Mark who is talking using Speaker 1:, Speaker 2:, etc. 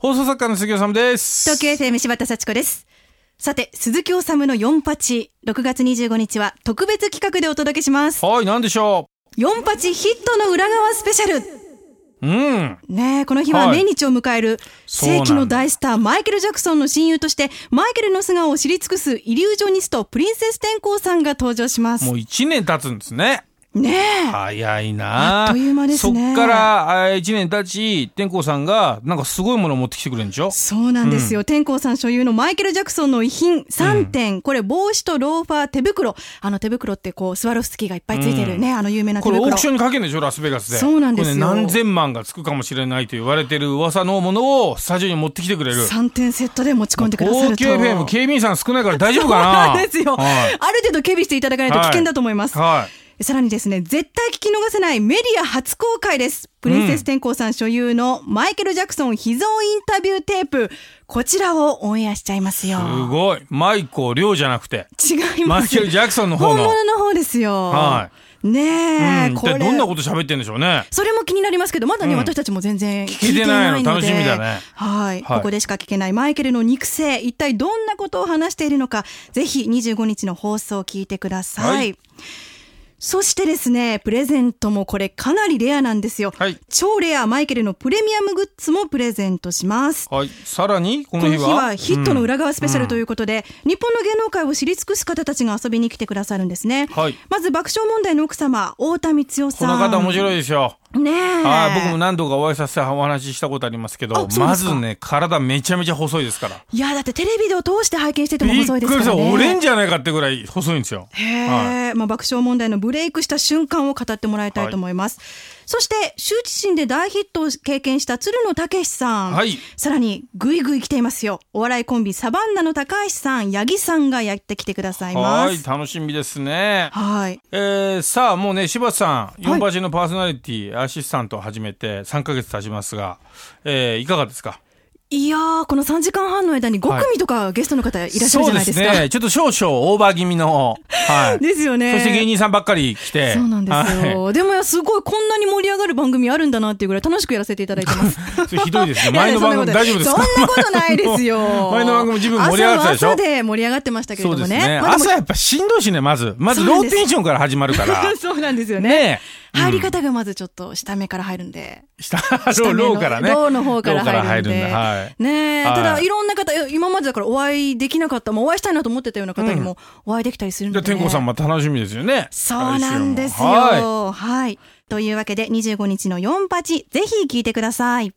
Speaker 1: 放送作家の杉尾さんです。
Speaker 2: 東京 FM 柴田幸子です。さて、鈴木治の4八、6月25日は特別企画でお届けします。
Speaker 1: はい、なんでしょ
Speaker 2: 4八ヒットの裏側スペシャル。
Speaker 1: う。うん。
Speaker 2: ねえ、この日は
Speaker 1: はい
Speaker 2: 命日を迎える、
Speaker 1: そうなん
Speaker 2: 世
Speaker 1: だ
Speaker 2: 紀の大スター、マイケル・ジャクソンの親友として、マイケルの素顔を知り尽くすイリュージョニスト、プリンセス天功さんが登場します
Speaker 1: も。う一年経つんですね。
Speaker 2: ねえ。
Speaker 1: 早いな
Speaker 2: あっという間です
Speaker 1: そ
Speaker 2: ね
Speaker 1: っからあ一年経ち、天功さんがなんかすごいものを持ってきてくれるんでしょ
Speaker 2: そうなんですよ、天功さん所有のマイケル・ジャクソンの遺品3点、これ帽子とローファー手袋あの手袋ってこうスワロフスキーがいっぱいついてるね、あの有名な手
Speaker 1: これ
Speaker 2: 袋
Speaker 1: オークションにかけるんでしょラスベガスで。
Speaker 2: そうなんですよ
Speaker 1: これね何千万がつくかもしれないと言われてる噂のものをスタジオに持ってきてくれる。
Speaker 2: 3点セットで持ち込んでくださると
Speaker 1: 東京 FM 警備員さん少ないから大丈夫かな
Speaker 2: そうなんですよ、
Speaker 1: はい
Speaker 2: ある程度警備していただかないと危険だと思います、
Speaker 1: はい。
Speaker 2: さらにですね、絶対聞き逃せないメディア初公開です。プリンセス天功さん所有のマイケル・ジャクソン秘蔵インタビューテープ、こちらをオンエアしちゃいますよ。
Speaker 1: すごい。マイコ亮じゃなくて。
Speaker 2: 違います。
Speaker 1: マイケル・ジャクソンの方
Speaker 2: 本
Speaker 1: の。
Speaker 2: 物の方ですよ。
Speaker 1: は
Speaker 2: ねえ、
Speaker 1: うん、一
Speaker 2: これ
Speaker 1: 体どんなこと喋ってんでしょうね。
Speaker 2: それも気になりますけど、まだね、
Speaker 1: うん
Speaker 2: 私たちも全然聞
Speaker 1: 聞
Speaker 2: い
Speaker 1: け
Speaker 2: て
Speaker 1: て
Speaker 2: な
Speaker 1: ないい
Speaker 2: の
Speaker 1: の楽
Speaker 2: で。
Speaker 1: しみだね
Speaker 2: はい。
Speaker 1: はい
Speaker 2: ここでしか聞けないマイケルの肉声、一体どんなことを話しているのか、ぜひ25日の放送を聞いてください。
Speaker 1: はい
Speaker 2: そしてですね、プレゼントもこれかなりレアなんですよ。
Speaker 1: はい
Speaker 2: 超レアマイケルのプレミアムグッズもプレゼントします。
Speaker 1: はい。さらに、こ
Speaker 2: こ
Speaker 1: の
Speaker 2: の
Speaker 1: 日
Speaker 2: 日
Speaker 1: は。
Speaker 2: はヒットの裏側スペシャ
Speaker 1: う
Speaker 2: ル
Speaker 1: ん
Speaker 2: ということで、日本の芸能界を知り尽くす方たちが遊びに来てくださるんですね。
Speaker 1: はい
Speaker 2: まず爆笑問題の奥様、太田光代さ
Speaker 1: こ
Speaker 2: ん。
Speaker 1: の方面白いですよ。
Speaker 2: ねえ。
Speaker 1: はい、僕も何度かお会いさせてお話ししたことありますけ
Speaker 2: あ
Speaker 1: ど、
Speaker 2: そう
Speaker 1: ま
Speaker 2: ですか
Speaker 1: ずね、体めちゃめちゃ細いですから。
Speaker 2: いや、だってテレビでを通して拝見してても
Speaker 1: びっ
Speaker 2: 細いです
Speaker 1: くり
Speaker 2: か
Speaker 1: し
Speaker 2: ら
Speaker 1: た。
Speaker 2: ね。
Speaker 1: 折れんじゃないかってぐらい細いんですよ。
Speaker 2: へ
Speaker 1: は
Speaker 2: え、まあ、爆笑問題のブレイクした瞬間を語ってもらいたいと思います。そして、羞恥心で大ヒットを経験した鶴野武史さん。
Speaker 1: はい
Speaker 2: さらに、ぐいぐい来ていますよ。お笑いコンビ、サバンナの高橋さん、八木さんがやってきてくださ
Speaker 1: い。
Speaker 2: いま
Speaker 1: は
Speaker 2: す
Speaker 1: い、。楽しみですね。
Speaker 2: はい。
Speaker 1: えー、さあ、もうね、柴田さん、
Speaker 2: は
Speaker 1: 4
Speaker 2: い
Speaker 1: 八のパーソナリティ、アシスタントを始めて3ヶ月経ちますが、えー、いかがですか
Speaker 2: いやー、この3時間半の間に5組とかゲストの方いらっしゃるじゃないです
Speaker 1: そう
Speaker 2: か。
Speaker 1: ですね。ちょっと少々オーバー気味の、はい。
Speaker 2: ですよね。
Speaker 1: そして芸人さんばっかり来て。
Speaker 2: そうなんですよ。
Speaker 1: は
Speaker 2: でもすごいこんなに盛り上がる番組あるんだなっていうぐらい楽しくやらせていただいて ます。
Speaker 1: い。それひどいですね。前の番組
Speaker 2: いや
Speaker 1: 大
Speaker 2: い
Speaker 1: 丈
Speaker 2: や
Speaker 1: 夫ですか
Speaker 2: そんなことないですよ。
Speaker 1: 前の番組自分盛り上がってたでしょ
Speaker 2: 朝は朝で盛り上がってましたけれ
Speaker 1: そう
Speaker 2: ど
Speaker 1: で
Speaker 2: も
Speaker 1: す
Speaker 2: ね。
Speaker 1: ね。
Speaker 2: まあでも
Speaker 1: 朝やっぱしんどいしね、まず。まず
Speaker 2: そうな
Speaker 1: ロ
Speaker 2: んで
Speaker 1: ー
Speaker 2: す
Speaker 1: テンションから始まるから。
Speaker 2: そうなんですよね。
Speaker 1: ね
Speaker 2: 入り方がまずちょっと下目から入るんで。
Speaker 1: え。下、
Speaker 2: 下目の
Speaker 1: ローからね。
Speaker 2: ローの方から
Speaker 1: ロー
Speaker 2: 入るんで。
Speaker 1: から入るんだはい。
Speaker 2: ねえ、
Speaker 1: はい
Speaker 2: ただいろんな方、い今までだからお会いできなかった、まあ、お会いしたいなと思ってたような方にもお会いできたりするん
Speaker 1: じ
Speaker 2: で、
Speaker 1: ゃあ、
Speaker 2: ね。
Speaker 1: 天功さんも楽しみですよね。
Speaker 2: そうなんですよ。
Speaker 1: 来週もはい
Speaker 2: はい。というわけで、25日の4八、ぜひ聞いてください。